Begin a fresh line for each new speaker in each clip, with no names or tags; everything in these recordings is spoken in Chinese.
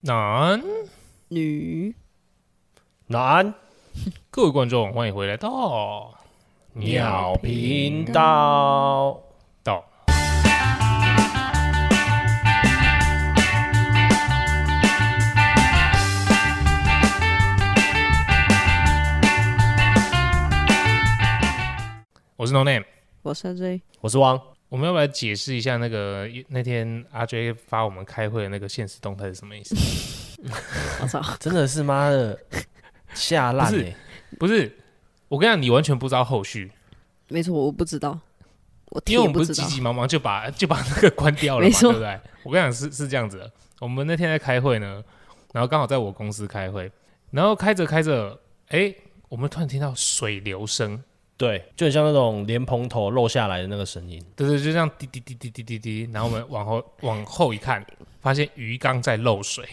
南，
女
南
各位观众，欢迎回来到
鸟频
频
道，
道。我是 No Name，
我是 J，
我是汪。
我们要不要解释一下那个那天阿 J 发我们开会的那个现实动态是什么意思？
我 操，
真的是妈 的吓烂
不是
欸
不是，我跟你讲，你完全不知道后续，
没错，我不知道，我
因
听
为我
也
们不是
知
急
道，
急忙忙就把就把那个关掉了嘛，
没错
对不对？我跟你讲是是这样子的，我们那天在开会呢，然后刚好在我公司开会，然后开着开着，哎，我们突然听到水流声，
对，就很像那种莲蓬头漏下来的那个声音。
对对，就这样滴滴滴滴滴滴滴，然后我们往后往后一看，发现鱼缸在漏水。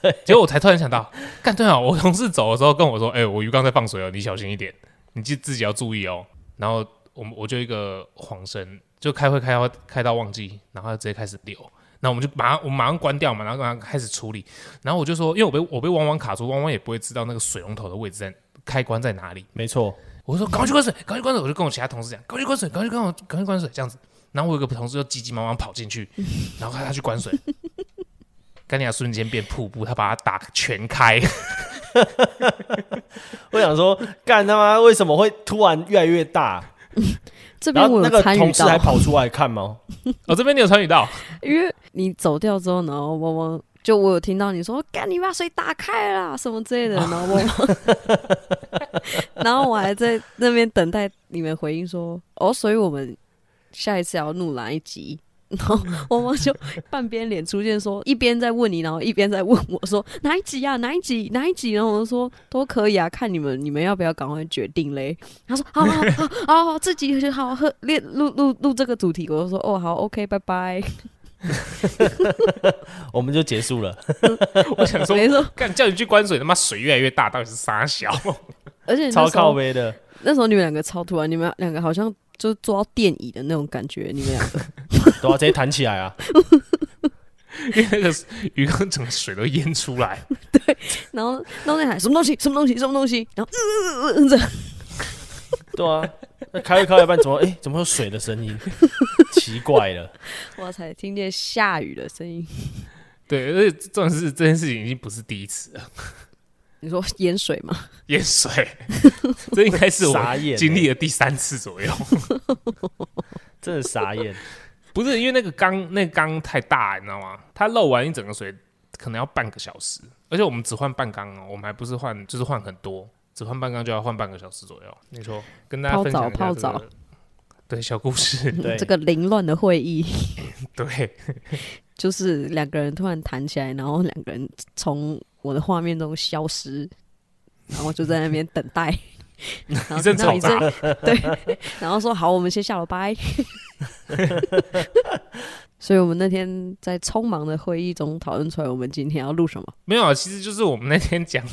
对，结果我才突然想到，干对啊！我同事走的时候跟我说：“哎、我鱼缸在放水哦，你小心一点，你自自己要注意哦。”然后我们我就一个晃神，就开会开到开到忘记，然后它直接开始流。然后我们就马上我们马上关掉嘛，然后马上开始处理。然后我就说，因为我被我被汪汪卡住，汪汪也不会知道那个水龙头的位置在开关在哪里。
没错，
我说赶快去关水，赶快去关水，我就跟我其他同事讲，赶快去关水，赶快去关我，赶快去关水这样子。然后我有个同事就急急忙忙跑进 去，然后他去关水，甘尼亚瞬间变瀑布，他把它打全开，
我想说，干他妈为什么会突然越来越大？
这
然
边
后
我
那
有
个
参与
同事还
到，
跑出来看吗？
哦，这边你有参与到，
因为你走掉之后，然后汪汪。就我有听到你说“干，你把水打开啦”什么之类的，然后汪汪，然后我还在那边等待你们回应说“哦，所以我们下一次要录哪一集？”然后汪汪就半边脸出现说，一边在问你，然后一边在问我说哪一集啊，哪一集，哪一集？然后我就说都可以啊，看你们，你们要不要赶快决定嘞？他说好好好好好，自己好喝练录录录这个主题，我就说哦好，OK，拜拜。
我们就结束了。
我想说，
没错，
干叫你去关水，他妈水越来越大，到底是啥小？
而且 那
超
时
靠
候
背的，
那时候你们两个超突然，你们两个好像就坐到电椅的那种感觉，你们 两个
对啊，直接弹起来啊！
因为那个鱼缸整个水都淹出来，
然后然后那喊什么东西，什么东西，什么东西，然后嗯嗯嗯嗯这样
对啊，那开会开到一半，怎么哎、怎么会有水的 声音？奇怪了，
我才听见下雨的声音。
对，而且重点是这件事情已经不是第一次了，
你说淹水吗？
淹水， 这应该是
傻
我
眼欸
经历了第三次左右。
真的傻眼。
不是因为那个缸，那个缸太大，你知道吗？它漏完一整个水可能要半个小时，而且我们只换半缸哦，我们还不是换，就是换很多，只换半缸就要换半个小时左右。没错，跟大家
泡
分享一下
澡
这
泡
个对小故事，
对，
这个凌乱的会议，
对
就是两个人突然弹起来，然后两个人从我的画面中消失，然后就在那边等待。然后
一阵
听到
嘈
一
杂
阵， 对，然后说好，我们先下楼，拜。所以我们那天在匆忙的会议中讨论出来，我们今天要录什么？
没有啊，其实就是我们那天讲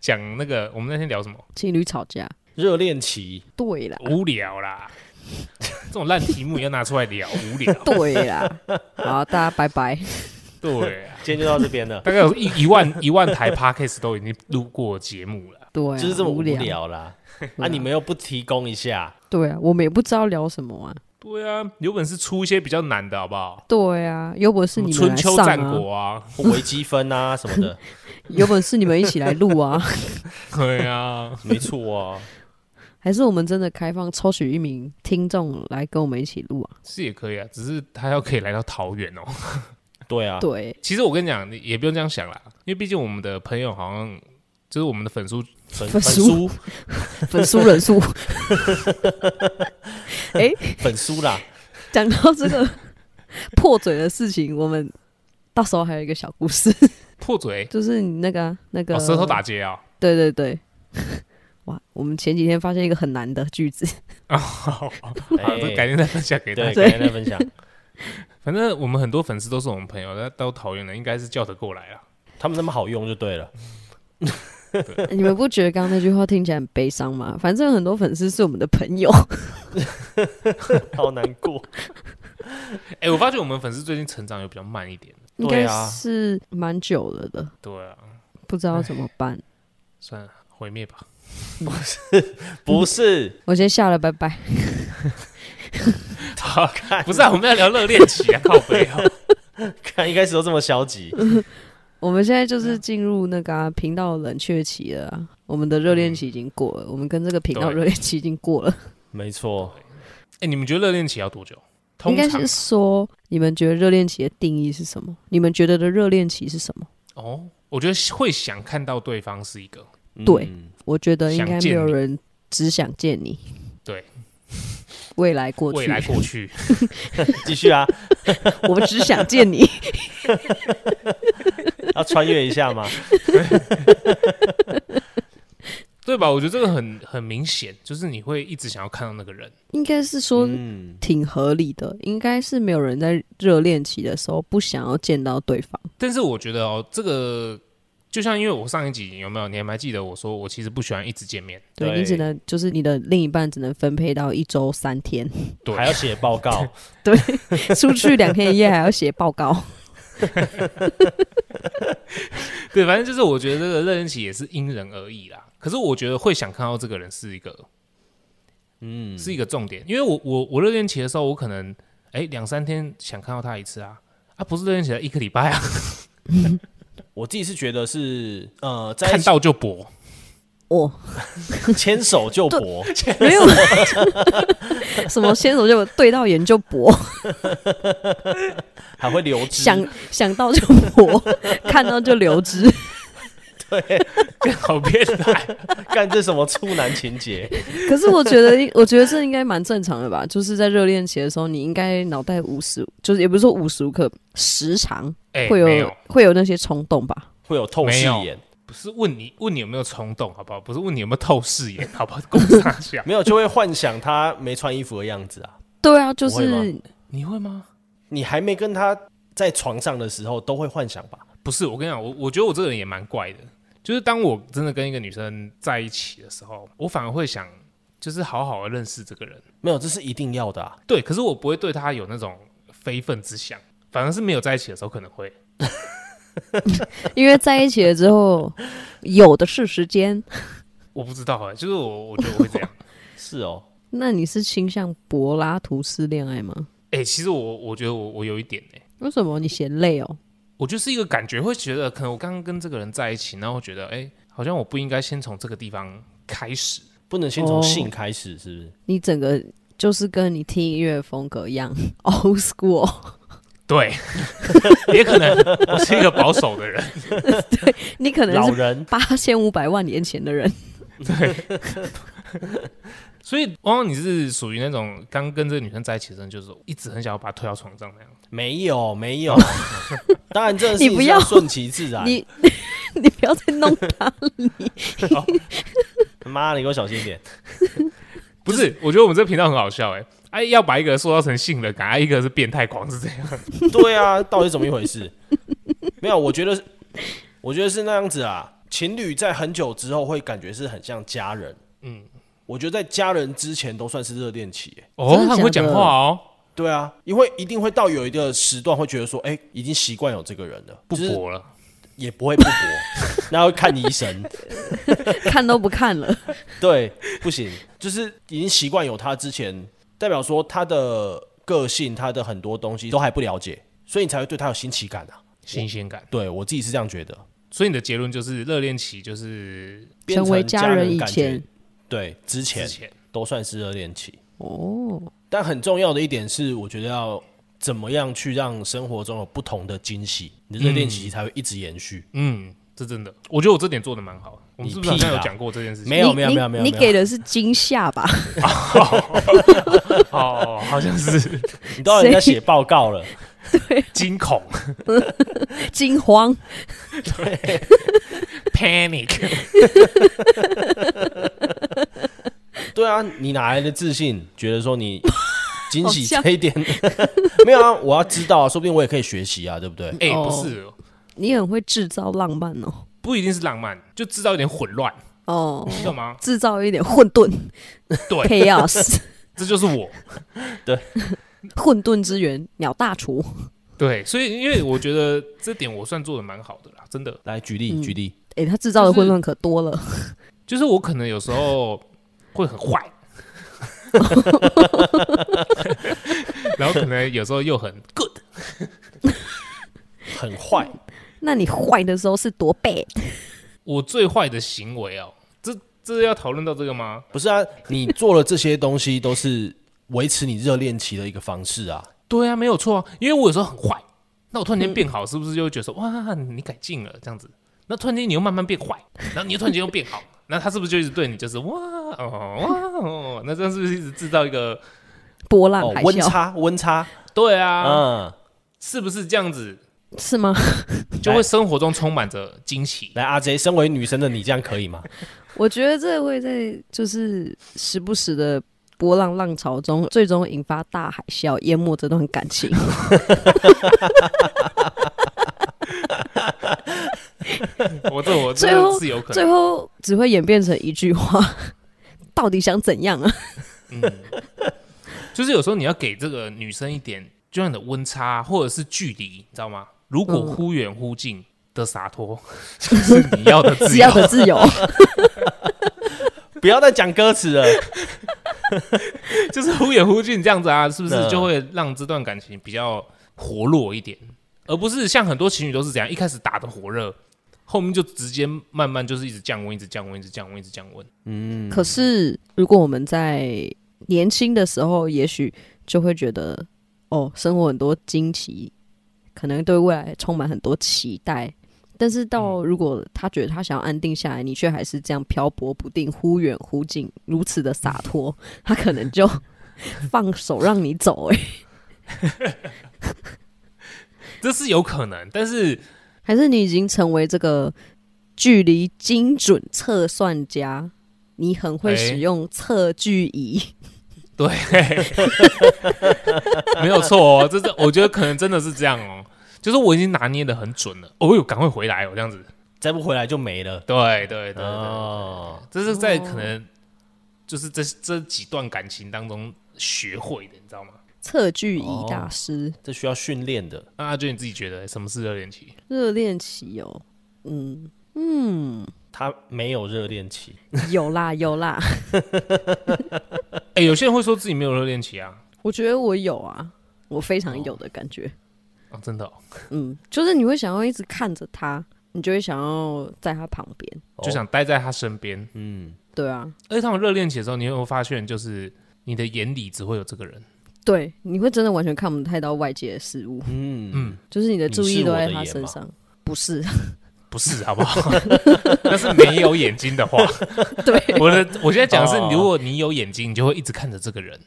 讲那个，我们那天聊什么
情侣吵架。
热恋期，
对 啦，
无聊啦，这种烂题目也要拿出来聊，无 聊，
对啦，好，大家拜拜。
对啊，
今天就到这边 了，
大概有一一万一万台 podcast 都已经录过节目了。
对啊，
就是这么无
无聊。
聊啦。
对
啊，你们又不提供一下，
对啊，我们也不知道聊什么啊。
对啊，有本事出一些比较难的好不好？
对啊，有本事
什么
你们
春
来
秋
上
战
啊，
国啊，
微积分啊什么 的，
有本事你们一起来录啊。
对啊，
没错啊，
还是我们真的开放抽取一名听众来跟我们一起录啊？
是也可以啊，只是他要可以来到桃园哦。
对啊，
对，
其实我跟你讲，你也不用这样想啦，因为毕竟我们的朋友好像就是我们的粉丝，
粉
粉
粉
书
书
粉丝人 数。哎、
粉书 啦，
啊
讲到这个 破嘴的事情，我们到时候还有一个小故事，
破嘴
就是你那个啊那个、
哦，舌头打。结 啊、
对对对， 哇，我们前几天发现一个很难的句子，
哦，好，
哎
这改天再分享给大
对，
家。
改天再分 享。
反正我们很多粉丝都是我们朋友，那到桃园了，应该是叫得过来啊。
他们那么好用就对了，
你们不觉得刚刚那句话听起来很悲伤吗？反正很多粉丝是我们的朋友，
好难过。
哎、我发觉我们粉丝最近成长有比较慢一点，
应
对
该
啊
是蛮久了的，
对啊，
不知道怎么办。
算了，毁灭吧。
不是，
我先下了，拜拜。
好看，不是啊，我们要聊热恋期啊，靠背啊。
看一开始都这么消极，
我们现在就是进入那个啊频、道冷却期了啊、我们的热恋期已经过了，我们跟这个频道
嗯对
热恋期已经过了。
没错，
哎、你们觉得热恋期要多久？通
应该
常
是说，你们觉得热恋期的定义是什么？你们觉得的热恋期是什么？
哦，我觉得会想看到对方是一个
对
嗯
我觉得应
想
该没
见
有
你
人只想见你。
对，
未来过去，
未来过去，
继续啊，
我们只想 见你。
要穿越一下嘛，
对吧？我觉得这个很很明显，就是你会一直想要看到那个人。
应该是说
嗯，
挺合理的，应该是没有人在热恋期的时候不想要见到对方。
但是我觉得哦，这个就像因为我上一集有没有你还记得我说我其实不喜欢一直见面，
对
对
你只能就是你的另一半只能分配到一周三天，
对，
还要写 报告，
出去两天一夜还要写报告。
对，反正就是我觉得这个热恋期也是因人而异啦。可是我觉得会想看到这个人是一个
嗯，
是一个重点，因为我我我热恋期的时候，我可能哎两、三天想看到他一次啊，啊不是热恋期的一个礼拜啊，
我自己是觉得是呃，在
看到就搏，
哦，
牵手就搏，
没有 什么先手就对到眼就搏，
还会流汁，
想想到就搏， 看到就流汁。
好变态，
干这什么处男情节？
可是我觉得， 我觉得这应该蛮正常的吧？就是在热恋期的时候，你应该脑袋无时，就是也不是说无时无刻，时常
哎、
会有,、
没有，
会有那些冲动吧？
会有透
没
视
有
眼，
不是问你问你有没有冲动，好不好？不是问你有没有透视眼， 好不好？共上下，
没有就会幻想他没穿衣服的样子啊。
对啊，就
不会
是
吗
你会吗？
你还没跟他在床上的时候都会幻想吧？
不是，我跟你讲，我我觉得我这个人也蛮怪的，就是当我真的跟一个女生在一起的时候，我反而会想，就是好好的认识这个人。
没有，这是一定要的啊。
对，可是我不会对他有那种非分之想，反而是没有在一起的时候可能会。
因为在一起了之后，有的是时间。
我不知道哎、就是我我觉得我会这 样。
是哦，
那你是倾向柏拉图式恋爱吗？
哎、其实我我觉得我我有一点哎、
为什么你嫌累哦？
我就是一个感觉会觉得，可能我刚刚跟这个人在一起，然后觉得哎、好像我不应该先从这个地方开始。
不能
哦
先从性开始，是不是？
你整个就是跟你听音乐风格一样 ，old school。
对，也可能我是一个保守的人，
你可能
老
是
人
八千五百万年前的 人，
所以往往你是属于那种刚跟这个女生在一起的时候，就是一直很想要把她推到床上那样。
没有 没有，当然这个事
你
情
不
是
要
顺其自然。
你 你不要再弄他了，你
哦妈，你给我小心一点。
不是，我觉得我们这个频道很好笑哎、哎，要把一个塑造成性冷感，哎，一个是变态狂，是这样。
对啊，到底是怎么一回事？没有，我觉得，我觉得是那样子啊。情侣在很久之后会感觉是很像家人。
嗯
嗯，我觉得在家人之前都算是热恋期耶。
哦，
真的
他很会
假
讲
的
话哦，
对啊，因为一定会到有一个时段会觉得说，哎、已经习惯有这个人了，
不
就是
搏了。
也不会不搏， 那要看医生。
看都不看了。
对，不行，就是已经习惯有他之前，代表说他的个性，他的很多东西都还不了解，所以你才会对他有新奇感啊。
新鲜感，
对我自己是这样觉得。
所以你的结论就是热恋期就是
变
成为
家
家人
人
以
感觉
前
对之
之
前
前
都算是热恋期，
哦，
但很重要的一点是，我觉得要怎么样去让生活中有不同的惊喜，你的热
嗯
恋期才会一直延续。
嗯，这真的，我觉得我这点做的蛮好的。我们
你
是不是好像
屁啦
有讲过这件事情？
没有
你
没有
你
没有没有
你
没有
给的是惊吓吧？
哦，好像是
你都要人家写报告了，
惊恐
惊慌，
panic。
对啊，你哪来的自信？觉得 说你惊喜
好像
这一点 没有啊？我要知道啊，说不定我也可以学习啊，对不对？
哎，
哦
不是，
你很会制造浪漫哦。
不一定是浪漫，就制造一点混乱，
哦，
你懂吗？
制造一点混沌
对，
chaos，
这就是我。
混沌之源鸟大厨。
对，所以因为我觉得这点我算做的蛮好的啦，真的。
来举例
嗯
举例，
哎、他制造的混乱可多了。
就是我可能有时候会很坏， 然后可能有时候又很 good，
很坏，
那你坏的时候是多 bad？
我最坏的行为哦，这这要讨论到这个吗？
不是啊？你做了这些东西都是维持你热恋期的一个方式啊。
对啊，没有错啊，因为我有时候很坏，那我突然间变好，是不是就会觉得说哇，你改进了这样子？那突然间你又慢慢变坏，然后你又突然间又变好， 那他是不是就一直对你就是哇哦哇哦？那这样是不是一直制造一个
波浪
哦
海，
温
啸、
差温差，
对啊？
嗯，
是不是这样子
是吗？
就会生活中充满着惊 喜？
来阿 J，身为女生的你这样可以吗？
我觉得这会在就是时不时的波浪浪潮中，最终引发大海啸，淹没这段感情。
我这我这
最后
是有可
最
能，
后只会演变成一句话： 到底想怎样啊？
就是有时候你要给这个女生一点就像你的温差或者是距离，你知道吗？如果
嗯
忽远忽近的洒脱， 就是你要的自
只
由
要。的自由，
不要再讲歌词了，
就是忽远忽近这样子啊，是不是
嗯
就会让这段感情比较活络一点，而不是像很多情侣都是这样，一开始打的火热，后面就直接慢慢就是一直降温，一直降温，一直降温，一直降温。
嗯，
可是如果我们在年轻的时候，也许就会觉得哦，生活很多惊奇，可能对未来充满很多期待。但是到如果他觉得他想要安定下来，你却还是这样漂泊不定、忽远忽近，如此的洒脱，他可能就放手让你走、哎，
这是有可能，但是
还是你已经成为这个距离精准测算家，你很会
哎
使用测距仪。
对， 没有错哦，这是我觉得可能真的是这样哦，就是我已经拿捏的很准了，哦哟，赶快回来哦，这样子，
再不回来就没了。
对对对对
哦，
这是在可能就是这这几段感情当中学会的，你知道吗？
测距仪大师，
这需要训练的。
那阿娟你自己觉得什么是热恋期？
热恋期哦，嗯嗯，
他没有热恋期，
有啦 有啦，
哎、有些人会说自己没有热恋期啊，
我觉得我有啊，我非常有的感觉，
啊，真的、哦，
嗯，就是你会想要一直看着他，你就会想要在他旁边，
就想待在他身边。
嗯，
对啊，
而且他们热恋期的时候，你会发现，就是你的眼里只会有这个人，
对，你会真的完全看不太到外界的事物，
嗯
嗯嗯，
就是你的注意都在他
你是我的眼
身
吗
上，不是，
不是，好不好？ 那是没有眼睛的话，
对
我的我现在讲的是，
哦
如果你有眼睛，你就会一直看着这个人，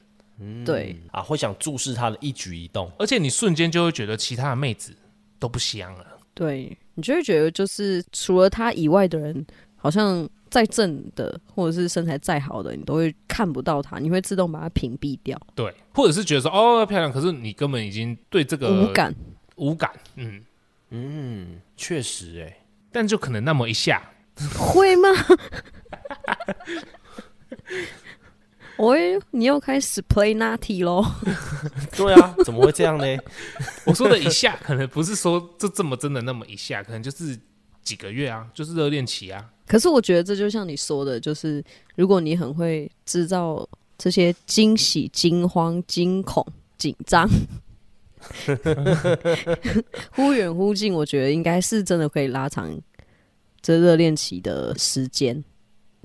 对，
啊，会想注视他的一举一动。
而且你瞬间就会觉得其他的妹子都不香了。
对，你就会觉得就是除了他以外的人，好像再正的或者是身材再好的，你都会看不到他，你会自动把他屏蔽掉，
对，或者是觉得说哦漂亮，可是你根本已经对这个
无感。
无感，嗯，
嗯，确实，哎，
但就可能那么一下，
会吗？ 喂，你又开始 play naughty 喽？
对啊，怎么会这样呢？
我说的一下，可能不是说就这么真的那么一下，可能就是几个月啊，就是热恋期啊。
可是我觉得这就像你说的，就是如果你很会制造这些惊喜、惊慌、惊恐、紧张， 忽远忽近，我觉得应该是真的可以拉长这热恋期的时间。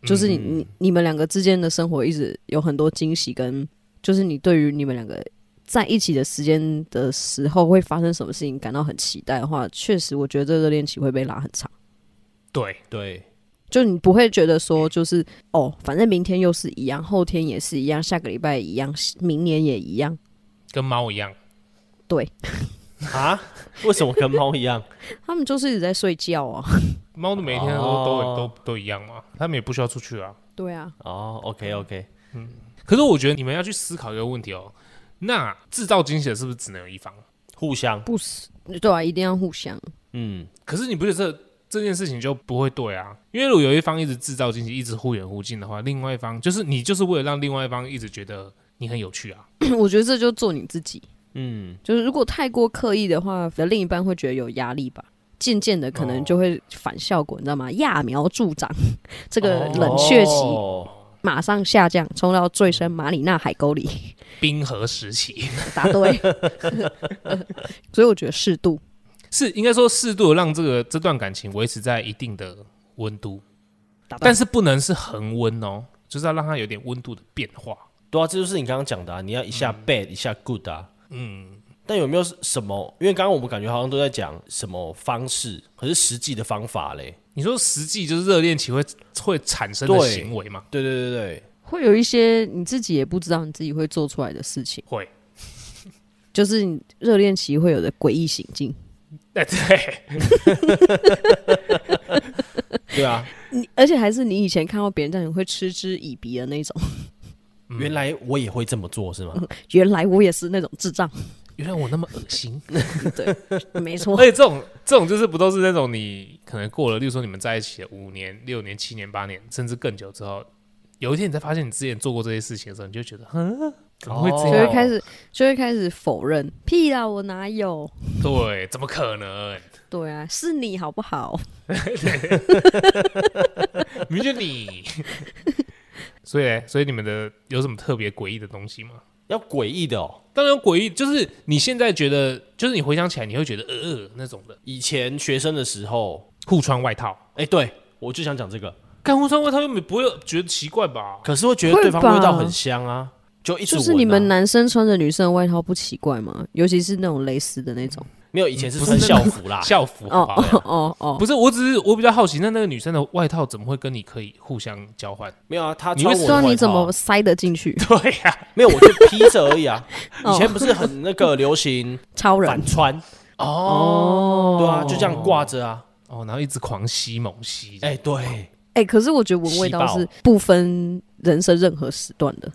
就是你、
嗯
你你们两个之间的生活一直有很多惊喜，跟就是你对于你们两个在一起的时间的时候会发生什么事情感到很期待的话，确实我觉得这热恋期会被拉很长。
对，
对，
就你不会觉得说，就是哦，反正明天又是一样，后天也是一样，下个礼拜也一样，明年也一样。
跟猫一样，
啊，为什么跟猫一样？
他们就是一直在睡觉啊。
猫的每一天都、
哦
都都都一样嘛，它们也不需要出去啊。
对啊，
哦，OK OK，
可是我觉得你们要去思考一个问题哦，那制造惊喜的是不是只能有一方？
互相，
不是，对啊，一定要互相。
嗯，
可是你不觉得这这件事情就不会对啊？因为如果有一方一直制造惊喜，一直忽远忽近的话，另外一方就是你就是为了让另外一方一直觉得你很有趣啊。
我觉得这就做你自己，
嗯，
就是如果太过刻意的话，的另一半会觉得有压力吧。渐渐的，可
哦
能就会反效果，你知道吗？揠苗助长， 这个冷却期
哦
马上下降，冲到最深马里纳海 沟里。
冰河时期
答对， 所以我觉得适度。
是应该说适度地让这个这段感情维持在一定的温度，
答对
但是不能是恒温哦，就是要让它有点温度的变化。
对啊，这就是你刚刚讲的、啊，你要一下 bad、一下 good 啊。嗯，但有没有什么？因为刚刚我们感觉好像都在讲什么方式，可是实际的方法嘞？
你说实际就是热恋期会会产生的
对
行为吗？
对对对对，
会有一些你自己也不知道你自己会做出来的事情，
会，
就是你热恋期会有的诡异行径。
哎对，
对 啊，
你而且还是你以前看到别人这样，你会嗤之以鼻的那种。
原来我也会这么做 是吗？
原来我也是那种智障，
原来我那么恶心。
对，没错
而。且这种这种就是不都是那种你可能过了，例如说你们在一起了五年、六年、七年、八年，甚至更久之后，有一天你才发现你之前做过这些事情的时候，你就觉得，哼，怎么会
就
这
会
样？
开始，就会开始否认，屁啦，我哪有？
对，怎么可能？
对啊，是你好不好？
明明就你。 所以嘞，所以你们的有什么特别诡异的东西吗？
要诡异的哦。
当然有诡异，就是你现在觉得，就是你回想起来，你会觉得呃呃那种的，
以前学生的时候，
互穿外套，
哎、对我就想讲这个，
干互穿外套又没不会觉得奇怪吧？
可是会觉得
会
对方
吧
味道很香啊，就一直
就
闻、啊。
是你们男生穿着女生的外套不奇怪吗？尤其是那种蕾丝的那种。
没有以前是
不是
穿
那
校
种
服啦，
校服
哦
好不好？
哦 哦哦，
不是，我只是我比较好奇，那那个女生的外套怎么会跟你可以互相交换？
没有啊，他
你
穿
会
不
我的
知道
外
你怎
套啊
么塞得进去。
对呀、
没有，我就披着而已啊。
哦
以前不是很那个流行
超人
反穿，
哦，
对啊，就这样挂着啊。
哦，然后一直狂吸猛吸，哎、
哎，对，
哎、可是我觉得闻味道
吸
是不分人生任何时段的，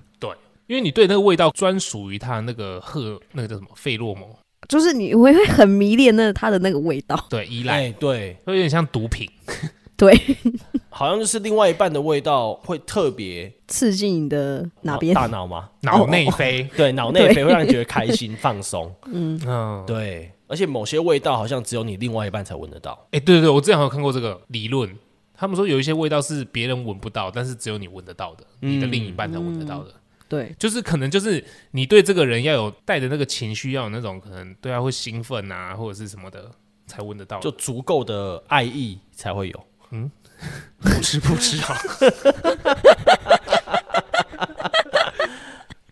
因为你对那个味道专属于它那个荷那个叫什么费洛蒙，
就是你会会很迷恋那它的那个味道。
对，依赖，
哎对，
会有点像毒品，
对，
好像就是另外一半的味道会特别
刺激你的哪边？
哦大脑吗？
脑内啡，
对，脑内啡会让你觉得开心、放松。
嗯，哎、
对，而且某些味道好像只有你另外一半才闻得到。
哎对对对，我之前好像有看过这个理论，他们说有一些味道是别人闻不到，但是只有你闻得到的，你的另一半才闻得到的。
对，
就是可能就是你对这个人要有带着那个情绪，要有那种可能对他会兴奋啊，或者是什么的，才闻得到。
就足够的爱意才会有。
不吃不吃啊，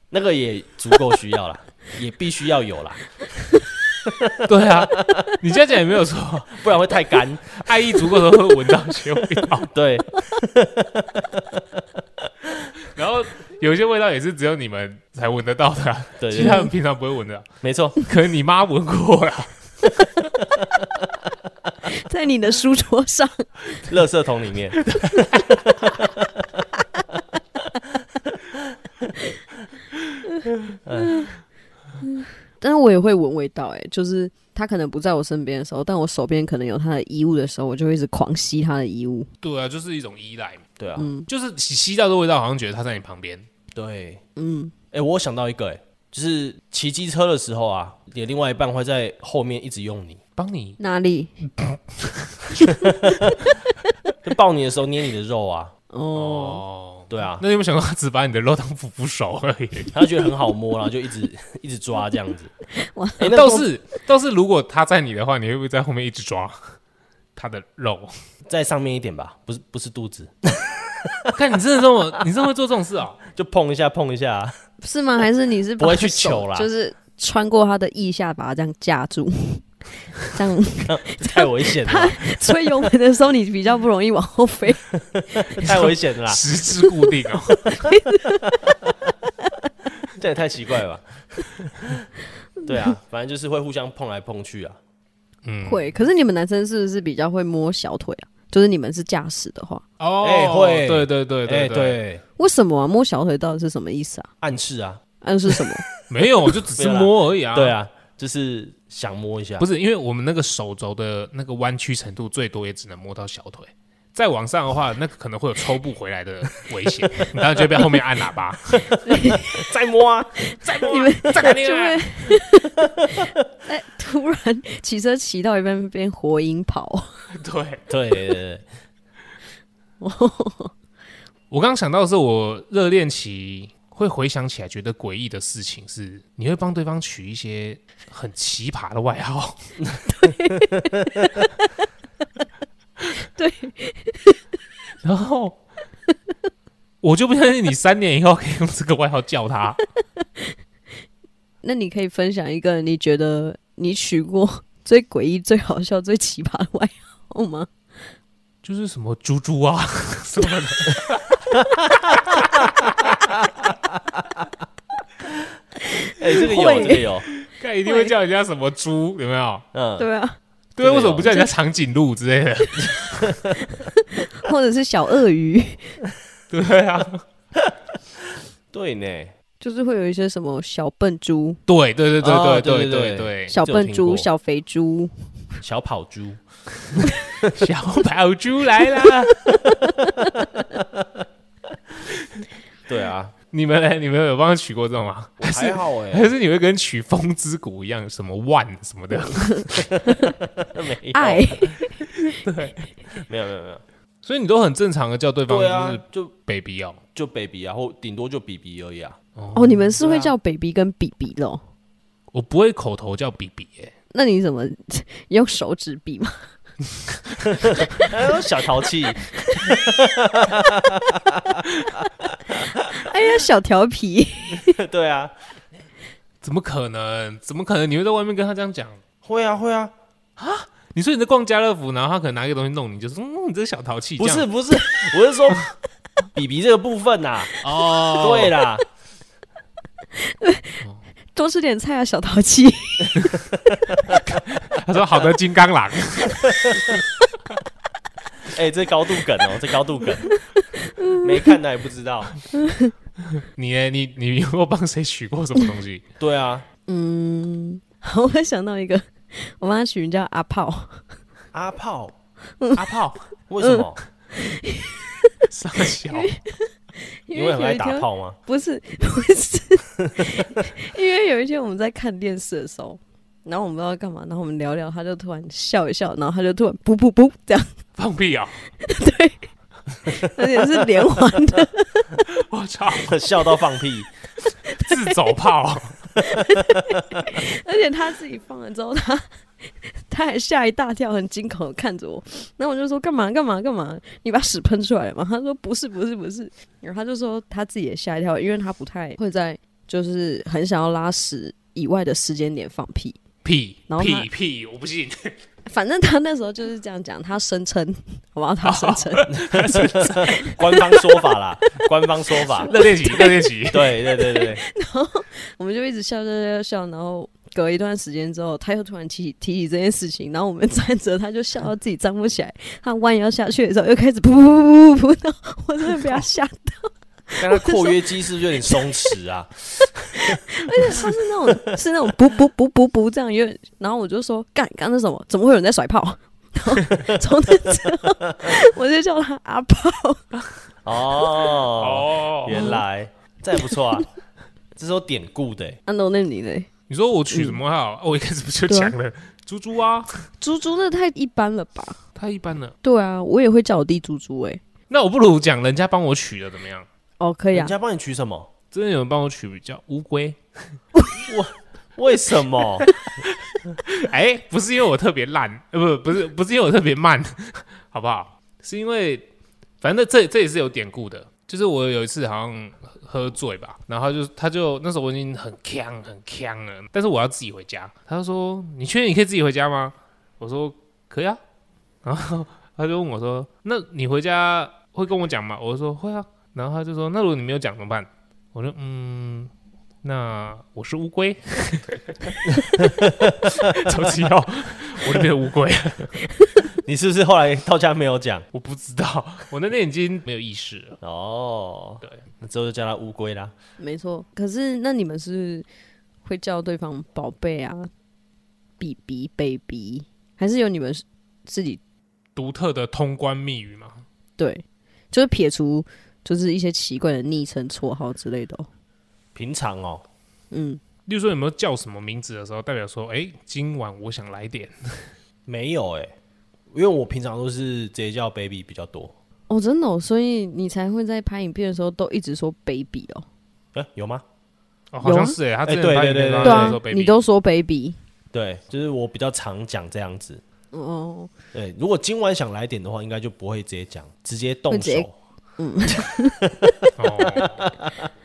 那个也足够需要啦， 也必须要有啦，
对啊，你这样讲也没有错，
不然会 太干。
爱意足够的时候会闻到一些味道，
对，
然后有一些味道也是只有你们才闻得到的啊、
对
其
对
他
对，
人平常不会闻的啊、
没错，
可能你妈闻过 啦，
在你的书桌上，
垃圾桶里面。
但是我也会闻味道、哎，就是他可能不在我身边的时候，但我手边可能有他的衣物的时候，我就会一直狂吸他的衣物。
对啊，就是一种依赖嘛，
对啊，
就是吸吸到的味道，好像觉得他在你旁边，
对，
嗯，
哎、我想到一个、欸，就是骑机车的时候啊，你的另外一半会在后面一直用你，
帮你
哪里？
就抱你的时候捏你的肉啊，
哦，
哦。
对 啊，
那你有没有想过，他只把你的肉当腐腐手而 已？
他就觉得很好摸，然后 就一直一直抓这样子。欸那
倒
动
是倒是，如果他在你的话，你会不会在后面一直抓他的肉？
在上面一点吧，不是不是肚子，
看你真的这么，你真的会做这种事 哦？
就碰一下碰一下啊、
是吗？还是你是把
不会去
手
求啦
就是穿过他的腋下，把他这样架住， 这样
太危险了，
吹油门的时候，你比较不容易往后飞。
太危险了啦，
十字固定哦。
这也太奇怪了吧？对啊，反正就是会互相碰来碰去啊。
嗯，
会，可是你们男生是不是比较会摸小腿啊？就是你们是驾驶的话，
哦，
哎会
对对对
哎、
对，
对，
为什么啊？摸小腿到底是什么意思啊？
暗示啊，
暗示什 么？
没有，就只是摸而已啊。
对，啊，就是想摸一下，
不
是
是因为我们那个手肘的那个弯曲程度最多也只能摸到小腿，再往上的话，那可能会有抽不回来的危险， 你当然就会被后面按喇叭，
再摸啊，
再摸啊再来
就
来
会， 哎，突然骑车骑到一半变火影跑，
对
对对对对，
我刚刚想到的是，我热恋期会回想起来觉得诡异的事情是，你会帮对方取一些很奇葩的外号。
对，
然后我就不相信你三年以后可以用这个外号叫他。
那你可以分享一个你觉得你取过 最诡异、最好笑、最奇葩的外号 吗？
就是什么猪猪啊 什么的。
哎，这个有
会
这个有，
看一定会叫人家什么猪，有没有？
嗯，
对啊，
对，为什么不叫人家长颈鹿之类的？
或者是小鳄鱼，
对啊，
对呢，
就是会有一些什么小笨猪、
对对对
哦
对
对
对
对
对对
小笨
这我听过哦
猪、小肥猪，
小跑猪，
对，小宝猪来啦！
对啊，
你们呢？你们有帮他取过这种吗？
我还好哎，
还是你会跟取风之谷一样，什么万什么的？
没有
爱，
没有没有没有，
所以你都很正常的叫对方
对
就
啊
是，
就
baby 哦。
就 baby 啊，或顶多就 bb 而已啊，
哦，你们是
对
会
啊
叫 baby 跟 bb 咯？
我不会口头叫 BB 耶，
那你怎么 用手指比吗？
哎呦小淘气，
哎呀，小调皮，
对啊，
怎么可能？怎么可能？你会在外面跟他这样讲？
会啊会啊，
你说你在逛家乐福，然后他可能拿一个东西弄你，就说：“嗯，你这个小淘气。”
不
这
是
样
不是，我是说 bb 这个部分呐，
哦，
对啦，
多吃点菜啊，小淘气。
他说：“好的，金刚狼。”
哎，这高度梗哦，这高度梗，没看的还不知道，
你呢你你有没有帮谁取过什么东 西？
对啊，
嗯，我会想到一个，我帮他取名叫阿炮，
阿炮
阿炮，
为什么？
傻小，
因为很爱
一
打
天，
炮吗？
不是不是， 因为有一天我们在看电视的时候，然后我们不知道干嘛，然后我们聊聊，他就突然笑一笑，然后他就突然噗噗噗这样，
放屁啊！
对，而且是连环的，
我操，
笑到放屁，
自走炮，哦
而且他自己放了之后，他他还吓一大跳，很惊恐的看着我。然后我就说干嘛干嘛干嘛？你把屎喷出来了吗？他说不是不是不是。然后他就说他自己也吓一跳，因为他不太会在就是很想要拉屎以外的时间点放屁。
屁
然后他
屁屁，我不信。
反正他那时候就是这样讲，他声称，好吧，他声称，
官方说法啦，官方说法，
热恋期，热恋期，
对对对对，
我们就一直笑笑笑笑，然后隔一段时间之后，他又突然提起提起这件事情，然后我们站着，他就笑到自己站不起来，他弯腰下去的时候又开始噗噗噗噗噗，然后我真的被他吓到，
刚刚括约肌是不是有点松弛啊？
而且他是那种是那种噗噗噗噗噗这样，因为然后我就说干刚那什么，怎么会有人在甩炮？然后从那之后，我就叫他阿炮，
哦，
哦，
原来这还不错啊，这是有典故的欸，
安东那你嘞？
你说我取什么号？哦我一开始不就讲了猪猪啊？
猪猪那太一般了吧？
太一般了。
对啊，我也会叫我弟猪猪哎、
那我不如讲人家帮我取的怎么样？
哦，可以
人
啊，
家帮你取什么？
真的有人帮我取叫乌龟？
为什么？
哎，不是因为我特别烂，呃，不，不是，不是因为我特别慢， 好不好？是因为反正这这也是有典故的，就是我有一次好像喝喝醉吧，然后他就他就那时候我已经很呛很呛了，但是我要自己回家，他就说你确定你可以自己回家吗？我说可以啊，然后他就问我说那你回家会跟我讲吗？我说会啊，然后他就说那如果你没有讲怎么办？我说嗯。那我是乌龟， 周奇耀，我就变成乌龟。
你是不是后来到家没有讲？
我不知道， 我那天已经没有意识了。
哦，
对，
那之后就叫他乌龟啦。
没错，可是那你们是会叫对方宝贝啊、比比、baby，还是有你们自己
独特的通关密语嘛，
对，就是撇除就是一些奇怪的昵称、绰号之类的、哦。
平常哦，
嗯，
例如说有没有叫什么名字的时候，代表说，哎、今晚我想来点。
没有哎、因为我平常都是直接叫 baby 比较多。
哦，真的、哦，所以你才会在拍影片的时候都一直说 baby 哦。
哎、有吗？
哦，好像是哎、他之前
对
拍
对
影片
对
都
对
在
啊
说，baby
你都说 baby
对，就是我比较常讲这样子。
哦，
对，如果今晚想来点的话，应该就不会直接讲，直接动
会直接
手。
哦，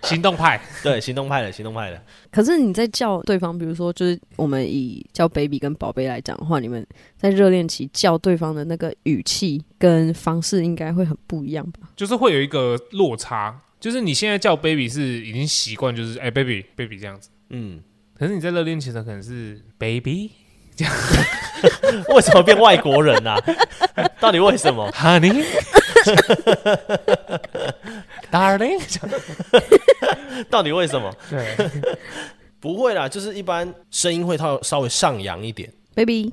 行动派，
对，行动派的，行动派的。
可是你在叫对方，比如说，就是我们以叫 baby 跟宝贝来讲的话，你们在热恋期叫对方的那个语气跟方式，应该会很不一样吧？
就是会有一个落差，就是你现在叫 baby 是已经习惯，就是哎、baby baby 这样子，
嗯，
可是你在热恋期的时候可能是 baby
为什么变外国人啊？ 到底为什么？
honey darling，
到底为什么？
对，
不会啦，就是一般声音会稍稍微上扬一点，
baby，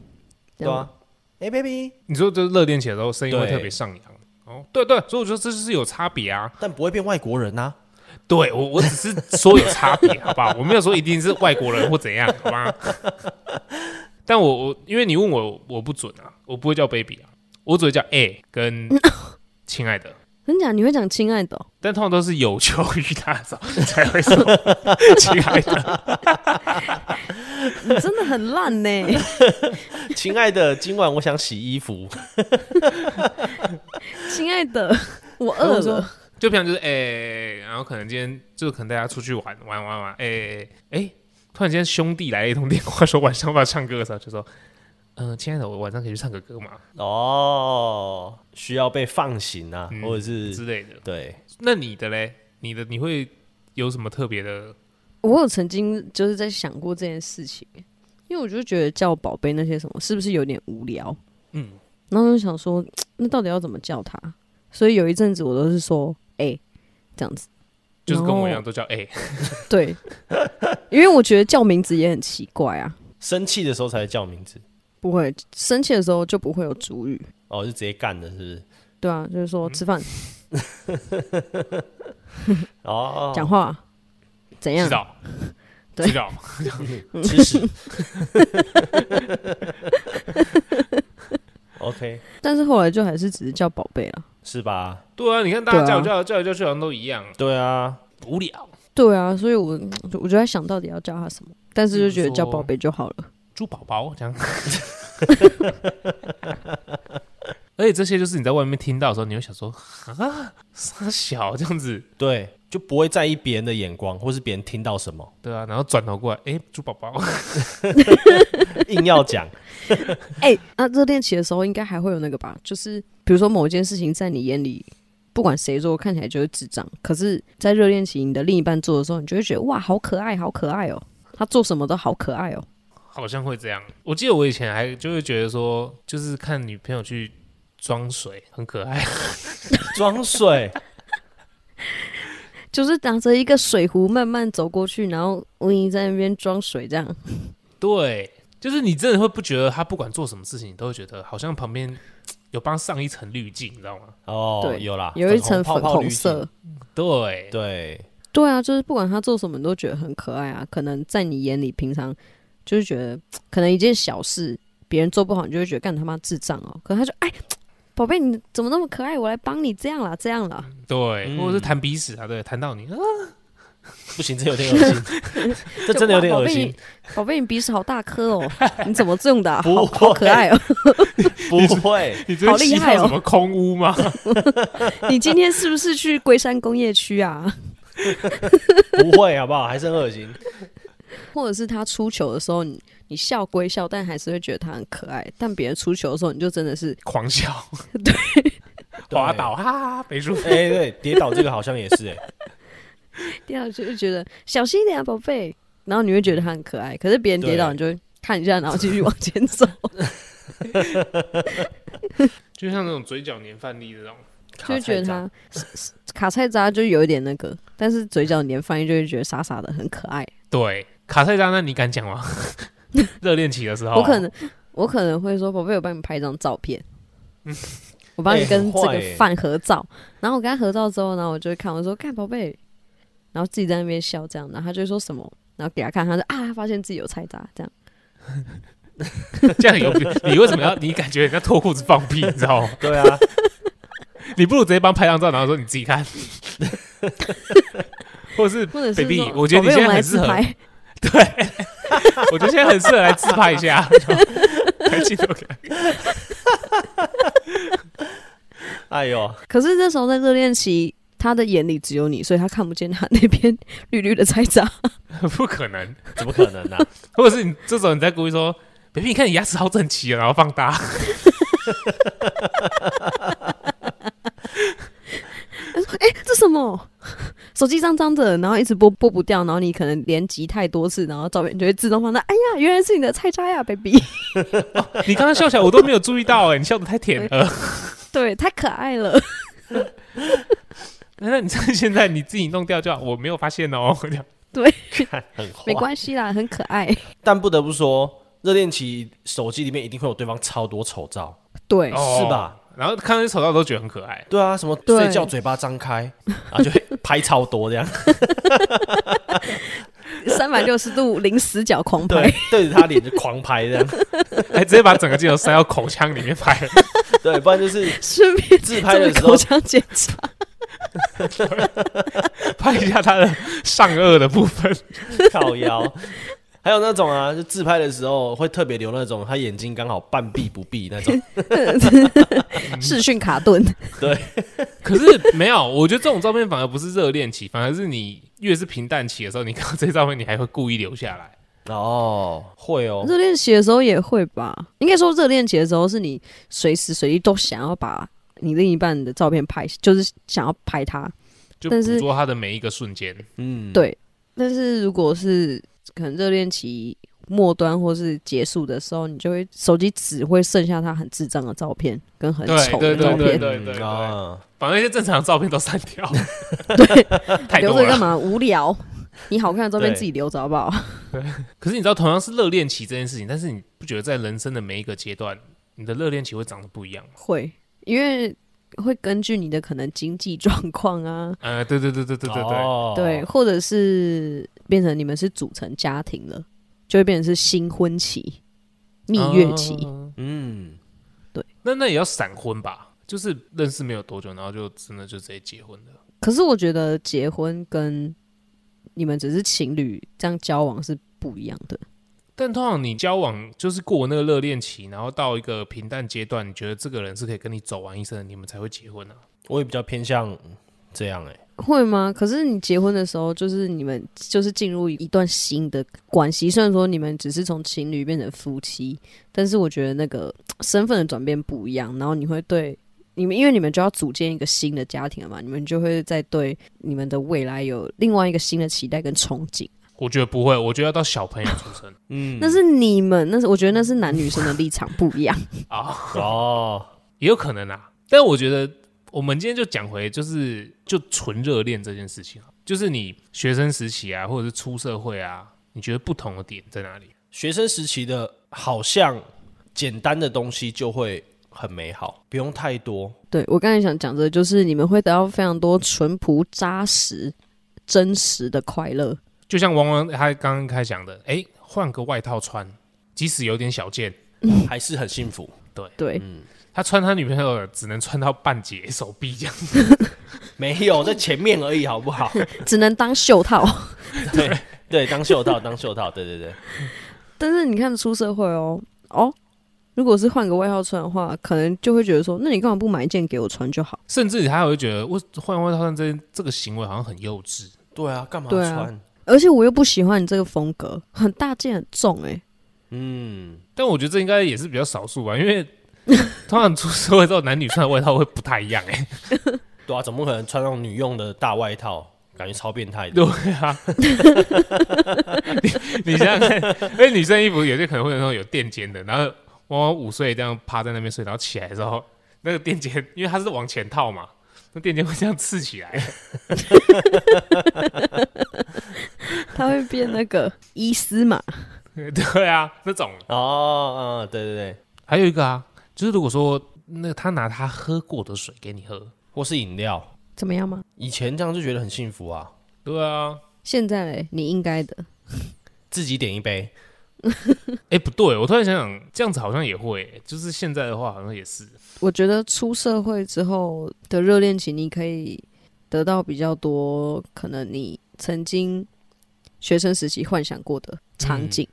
这
对
样吗
吧、啊？哎、b a b y
你说就是热恋期的时候声音会
对
特别上扬。哦，对对，所以我觉得这就是有差别啊。
但不会变外国人啊。
对我，我只是说有差别，好不好？我没有说一定是外国人或怎样，好吧？但我我因为你问我，我不准啊，我不会叫 baby 啊，我只会叫 a 跟亲爱的。
真假？你会讲亲爱的哦、
但通常都是有求于他的时候才会说亲爱的。
你 真的很烂呢、
亲爱的，今晚我想洗衣服。
亲爱的，我
然后
饿
我说
了。
就平常就是哎、然后可能今天就可能大家出去玩玩玩玩，哎、哎、突然间兄弟来了一通电话，说晚上要不要唱歌的时候，就说，嗯、亲爱的，我晚上可以去唱个歌嘛
哦，需要被放行啊，
嗯
或者是
之类的。
对，
那你的嘞？你的你会有什么特别的？
我有曾经就是在想过这件事情，因为我就觉得叫宝贝那些什么是不是有点无聊？
嗯，
然后就想说，那到底要怎么叫他？所以有一阵子我都是说，哎、这样子，
就是跟我一
然后
样都叫哎、
对，因为我觉得叫名字也很奇怪啊。
生气的时候才叫名字。
不会生气的时候就不会有主语，
哦，就直接干的，是不是？
对啊，就是
嗯
说吃饭、
哦，
讲话怎样
洗，澡，
对
洗澡，
吃屎。OK，
但是后来就还是只是叫宝贝啊了。
是吧？
对啊，你看大家
对
叫
啊
叫叫来叫去好像都一样，
对啊，
无聊。
对啊，所以我我就在想到底要叫他什么，但是就觉得
比如说
叫宝贝就好了。
猪宝宝这样。 而且这些就是你在外面听到的时候，你会想说啊，傻小这样子，
对，就不会在意别人的眼光，或是别人听到什么，
对啊，然后转头过来，哎、猪宝宝，
硬 要讲。
哎、那热恋期的时候应该还会有那个吧？就是比如说某一件事情在你眼里，不管谁做，看起来就是智障，可是，在热恋期你的另一半做的时候，你就会觉得哇，好可爱，好可爱哦，他做什么都好可爱哦。
好像会这样。我记得我以前还就会觉得说，就是看女朋友去装水很可爱，
装水，
就是拿着一个水壶慢慢走过去，然后乌蝇在那边装水，这样
对，就是你真的会不觉得她不管做什么事情，你都会觉得好像旁边有帮上一层滤镜，你知道吗？
哦，
对
有啦，
有一层
泡
粉
泡
红
滤镜
色。。
对，
对，
对啊，就是不管他做什么，你都觉得很可爱啊。可能在你眼里，平常就是觉得可能一件小事，别人做不好，你就会觉得干他妈智障哦。可是他就哎，宝贝，你怎么那么可爱？我来帮你，这样啦，这样啦。
对，
嗯
或者是弹鼻屎啊，对，弹到你，啊
不行，这有点恶 心，这真的有点恶
哇宝贝
心。
你，宝贝，你鼻屎好大颗哦，你怎么种的啊、
不
好好可爱哦！
不会，
你真的
好厉
吸
害
到
哦
什么空屋吗？
你今天是不是去龟山工业区啊？
不会，好不好？还是很恶心。
或者是他出球的时候，你你笑归笑，但还是会觉得他很可爱。但别人出球的时候，你就真的是
狂笑，
对
滑倒，哈哈，没舒服。
哎、对，跌倒这个好像也是哎、
第二就就觉得小心一点啊，宝贝。然后你会觉得他很可爱，可是别人跌倒，
对
你就会看一下，然后继续往前 走。
就像那种嘴角粘饭粒这种，
就会觉得
卡
他卡菜渣就有一点那个，但是嘴角连翻译就会觉得傻傻的，很可爱。
对，卡塞扎，那你敢讲吗？ 热恋期的时候，啊嗯
我可能我可能会说，宝贝，我帮你拍一张照片。我帮你
欸
跟
很
这
哎
坏
个
欸
饭合照。然后我跟他合照之后，然后我就会看，我说干宝贝，然后自己在那边笑这样，然后他就说什么，然后给他看，他说啊，他发现自己有菜渣这样。
这样有病你为什么要？你感觉人家脱裤子放屁，你知道吗？
对啊，
你不如直接帮拍张照，然后说你自己看， 或者是
或者是
baby，
说
我觉得你
宝
现
贝
在
我们来
很适
自
合
拍，
我觉得现在很适合来自拍一下， 拍镜头给他
哎呦，
可是那时候在热恋期，他的眼里只有你，所以他看不见他那边绿绿的菜渣。
看，不可能。
怎么可能呢、啊？
或者是你这时候你在故意说，baby，你看你牙齿好整齐哦，然后放大，
这什么？手机脏脏的，然后一直播播不掉，然后你可能连集太多次，然后照片就会自动放大。哎呀，原来是你的菜渣呀，baby。
你刚刚笑起来我都没有注意到哎、你笑得太甜了。
对，太可爱了。
那你趁现在你自己弄掉就好，我没有发现哦。 这样
对，
很坏
没关系啦，很可爱。
但不得不说，热恋期手机里面一定会有对方超多丑照，
对，
哦
是吧？
然后看到你丑照都觉得很可爱，
对啊，什么
对
睡觉嘴巴张开， 然后就会拍超多这 样，
三百六十度零死角狂拍
对。，对着他脸就狂拍这样，
还直接把整个镜头塞到口腔里面拍，
对，不然就是
顺便
自拍
做
的
个
时候
口，腔检查，
拍一下他的上颚的部分。
靠腰。还有那种啊，就自拍的时候会特别留那种他眼睛刚好半闭不闭那 种，
视讯卡顿。
可是没有，我觉得这种照片反而不是热恋期，反而是你越是平淡期的时候，你看到这些照片，你还会故意留下来。
哦，会哦，
热恋期的时候也会吧？应该说热恋期的时候，是你随时随地都想要把你另一半的照片拍，就是想要拍他。
就捕
但是
捉他的每一个瞬间，
嗯，
对但是如果是可能热恋期末端或是结束的时候，你就会手机只会剩下他很智障的照片跟很
对
丑
对
的
对
照
对
片，
对对对
啊，
把那些正常的照片都删掉， 太
留
多
着
了。
干嘛？无聊。你好看的照片
对
自己留着好不好？
可是你知道，同样是热恋期这件事情，但是你不觉得在人生的每一个阶段，你的热恋期会长得不一样吗？
会，因为会根据你的可能经济状况啊，
呃，对对对对对对对，
哦
对，，或者是变成你们是组成家庭了，就会变成是新婚期、蜜月期。
哦
嗯，
那那也要闪婚吧？就是认识没有多久，然后就真的就直接结婚了。
可是我觉得结婚跟你们只是情侣这样交往是不一样的。
但通常你交往就是过那个热恋期，然后到一个平淡阶段，你觉得这个人是可以跟你走完一生的，你们才会结婚啊。
我也比较偏向这样哎，
会吗？可是你结婚的时候，就是你们就是进入一段新的关系。虽然说你们只是从情侣变成夫妻，但是我觉得那个身份的转变不一样。然后你会对你们，因为你们就要组建一个新的家庭了嘛，你们就会在对你们的未来有另外一个新的期待跟憧憬。
我觉得不会，我觉得要到小朋友出生
嗯，
那是你们，那是我觉得那是男女生的立场不一样。
啊，
哦，
也有可能啊。但我觉得我们今天就讲回就是就纯热恋这件事情啊，就是你学生时期啊，或者是出社会啊，你觉得不同的点在哪里？
学生时期的好像简单的东西就会很美好，不用太多。
对我刚才想讲的就是你们会得到非常多淳朴、扎实、真实的快乐。
就像王王他刚刚开讲的，哎，换个外套穿，即使有点小件，
还是很幸福。
对，
他穿他女朋友的只能穿到半截手臂这样。
没 有在前面而已，好不 好？
只能当袖套。
对对，当袖套，当袖套，对对对，
但是你看出社会哦，哦，如果是换个外套穿的话，可能就会觉得说，那你干嘛不买一件给我穿就好？
甚至他还会觉得，我换外套穿这这个行为好像很幼稚。
对啊，干嘛
对啊
穿？
而且我又不喜欢你这个风格，很大件很重哎、
嗯，
但我觉得这应该也是比较少数吧，因为通常出社会之后，男女穿的外套会不太一样哎、
对啊，怎么可能穿那种女用的大外套？感觉超变态的。
对啊， 你你想想看，因为女生衣服有些可能会有那种有垫肩的，然后汪汪午睡这样趴在那边睡，然后起来的时候，那个垫肩，因为它是往前套嘛，那垫肩会这样刺起来。
它会变那 个伊斯嘛，
对啊，那种
哦，嗯，对对对，
还有一个啊，就是如果说那他拿他喝过的水给你喝。
或是饮料。
怎么样吗？
以前这样就觉得很幸福啊，
对啊，
现在嘞，你应该的，
自己点一杯，
哎、不对，我突然想想，这样子好像也会、就是现在的话好像也是，
我觉得出社会之后的热恋期，你可以得到比较多，可能你曾经学生时期幻想过的场景。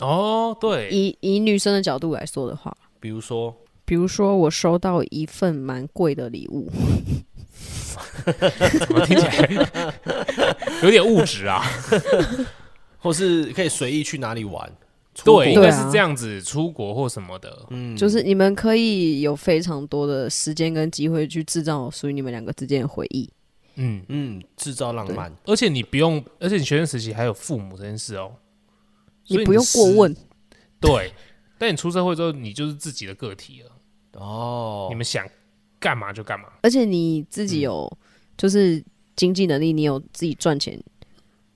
哦， 对，
以以女生的角度来说的话，
比如说
比如说我收到一份蛮贵的礼物，
怎么听起来 有点物质啊？
或是可以随意去哪里玩。出国
对，应该
对
是
啊
这样子，出国或什么的。
就是你们可以有非常多的时间跟机会去制造属于你们两个之间的回忆。
嗯，
嗯，制造浪漫，
而且你不用，而且你学生时期还有父母这件事哦，所以
你不用过
时。
问，
对，但你出社会之后，你就是自己的个体了。哦，你们想干嘛就干嘛。
而且你自
嗯
己有、就是经济能力，你有自己赚钱，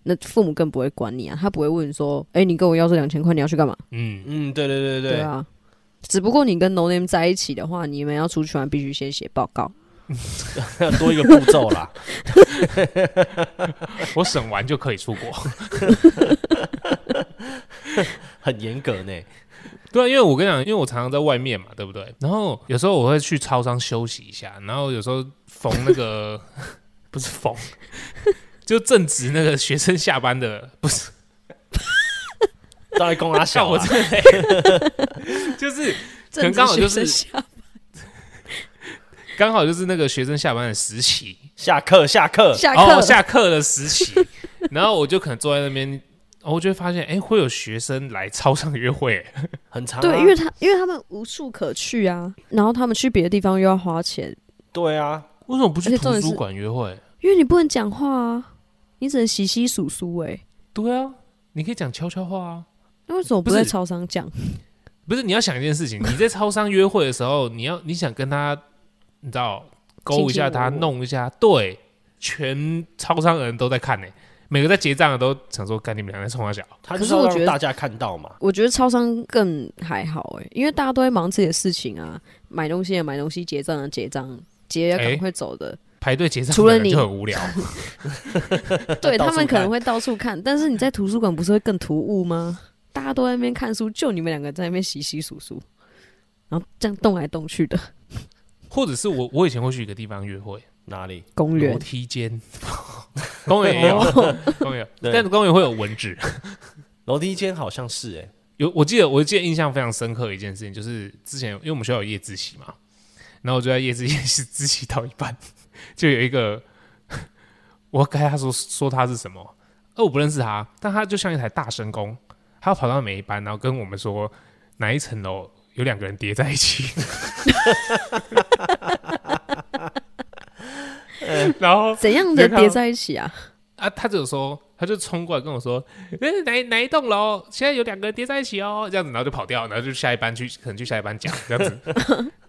那父母更不会管你啊，他不会问说，哎、你跟我要这两千块，你要去干嘛？
嗯，
嗯，对对对对对，
啊。只不过你跟 No Name 在一起的话，你们要出去玩必须先写报告。
要 多一个步骤啦。
我审完就可以出国。
很严格呢。
对啊，因为我跟你讲，因为我常常在外面嘛，对不对？然后有时候我会去超商休息一下，然后有时候缝那个 不是缝， 就正值那个学生下班的，不是
到底公阿
像
小
我
啊
这，类，就是可能
正值
刚好就是
学生下
刚好就是那个学生下班的时期，
下课下课，
下
哦
课、
下课的时期， 然后我就可能坐在那边，然后我就会发现，哎，会有学生来超商约会，
很长啊。
对，因为他因为他们无处可去啊，然后他们去别的地方又要花钱，
对啊，
为什么不
而
去
且重
图
点是
书馆约会？
因为你不能讲话啊，你只能洗洗数数哎。
对啊，你可以讲悄悄话啊。
那为什么不
不是
在超商讲？
不是你要想一件事情，你在超商约会的时候，你要你想跟他，你知道勾一下他，
卿卿我我
弄一下，对，全超商的人都在看呢、每个在结账的都想说，干你们俩在冲他小，
他
可
就是是要
我觉
让
得
大家看到嘛。
我觉得超商更还好哎、因为大家都在忙自己的事情啊，买东西也买东西，结账的啊结账，结要
哎
赶快走的。
排队结账，
除了你
就很无聊。
对
到处
他们可能
看
会到处看，但是你在图书馆不是会更突兀吗？大家都在那边看书，就你们两个在那边洗洗数数，然后这样动来动去的
或者是我我以前会去一个地方约会，
哪里？
公园
楼。梯间， 公园也有，公园有，
对
但公园会有蚊子。
楼梯间好像是哎，
有我记得我记得印象非常深刻的一件事情，就是之前因为我们学校有夜自习嘛，然后我就在夜自习自习到一半， 就有一个 我该他说说他是什么，呃我不认识他，但他就像一台大神功，他跑到每一班，然后跟我们说哪一层楼有两个人叠在一起，然
哦
后
怎样
你
的
有看到
叠在一起啊？
啊，他就说，他就冲过来跟我说，那哪哪一栋楼现在有两个人叠在一起哦，这样子，然后就跑掉，然后就下一班去，可能去下一班讲这样 子，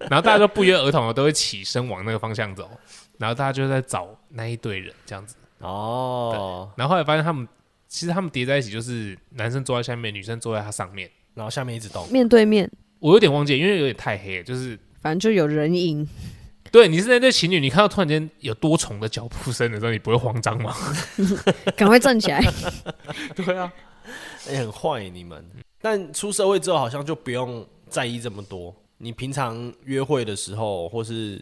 然后大家都不约而同的都会起身往那个方向走，然后大家就在找那一队人这样子，
哦，
然后后来发现他们其实他们叠在一起就是男生坐在下面，女生坐在他上面，
然后下面一直动，
面对面，
我有点忘记，因为有点太黑了，就是
反正就有人影。
对你是那对情侣，你看到突然间有多重的脚步声的时候，你不会慌张吗？
赶快站起来！
对啊，
哎，很坏欸你们。但出社会之后好像就不用在意这么多。你平常约会的时候，或是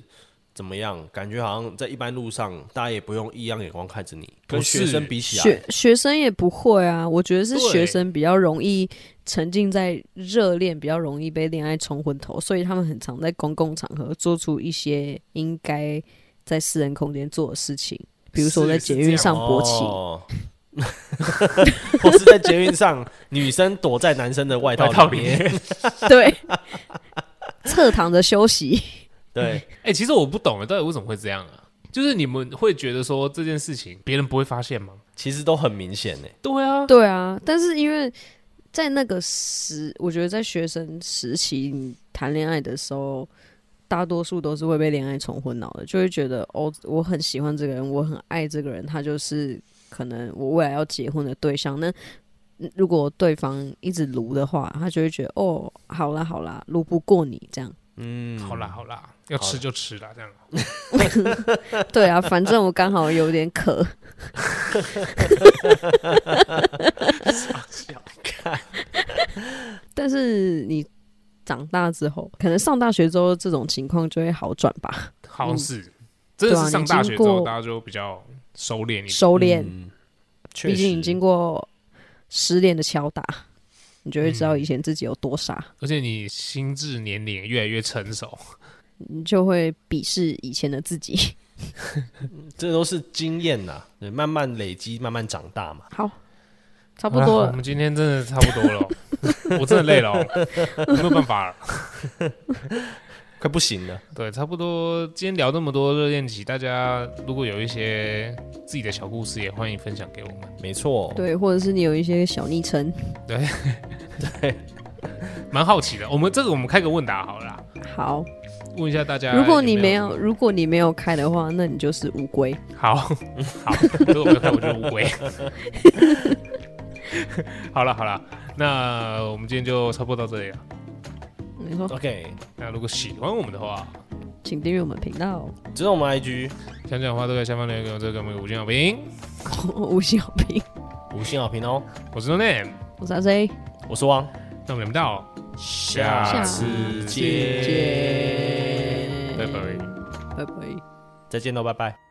怎么样，感觉好像在一般路上，大家也不用异样眼光看着你。跟
不是
学生比起
学
来，
学生也不会啊，我觉得是
对
学生比较容易沉浸在热恋，比较容易被恋爱冲昏头，所以他们很常在公共场合做出一些应该在私人空间做的事情，比如说
是
在
是
捷
这样
运上勃起，
哦 我是在捷运上，女生躲在男生的
外
外
套
套
里
里面。哦
对， 侧躺着休息。
对，
哎、其实我不懂啊，到底为什么会这样啊？就是你们会觉得说这件事情别人不会发现吗？
其实都很明显欸呢。
对啊，
对啊，但是因为在那个时，我觉得在学生时期你谈恋爱的时候，大多数都是会被恋爱冲昏脑的，就会觉得哦，我很喜欢这个人，我很爱这个人，他就是可能我未来要结婚的对象。那嗯如果对方一直撸的话，他就会觉得哦，好啦好啦，撸不过你这样，
嗯，好啦好啦，要吃就吃啦，这样。
对啊，反正我刚好有点渴，但是你长大之后，可能上大学之后这种情况就会好转吧，
好像是，真的
嗯对啊
是
你
上大
经
学之后，
过
大家就比较收敛一点。
收敛。
嗯，确
毕竟
实
你经过失恋的敲打，你就会知道以前自己有多傻，
而且你心智年龄也越来越成熟，
你就会鄙视以前的自己。
这都是经验呐，对，慢慢累积，慢慢长大嘛。
好，差不多
啊我
了。
们今天真的差不多了哦，我真的累了 哦，我没有办法了。
快不行了，
对，差不多。今天聊那么多热恋期，大家如果有一些自己的小故事，也欢迎分享给我们，
没错，
对，或者是你有一些小昵称，
蛮好奇的。我们这个我们开个问答好了啦，
好，
问一下大家啊有。
如果你没有，如果你没有开的话，那你就是乌龟。
好好，如果没有看，我就是乌龟。 好了好了，那我们今天就差不多到这里了。
没错，
OK，
那如果喜欢我们的话，
请订阅我们频道，
知道我们 IG
想讲的话都在下方留言给我，这个我们五星好评。
五星好评。
五星好评哦。
我是 No Name，
我是阿 C，
我是汪，
那我们聊不到，
下次见，
拜拜。
拜拜。
再见喽，拜拜。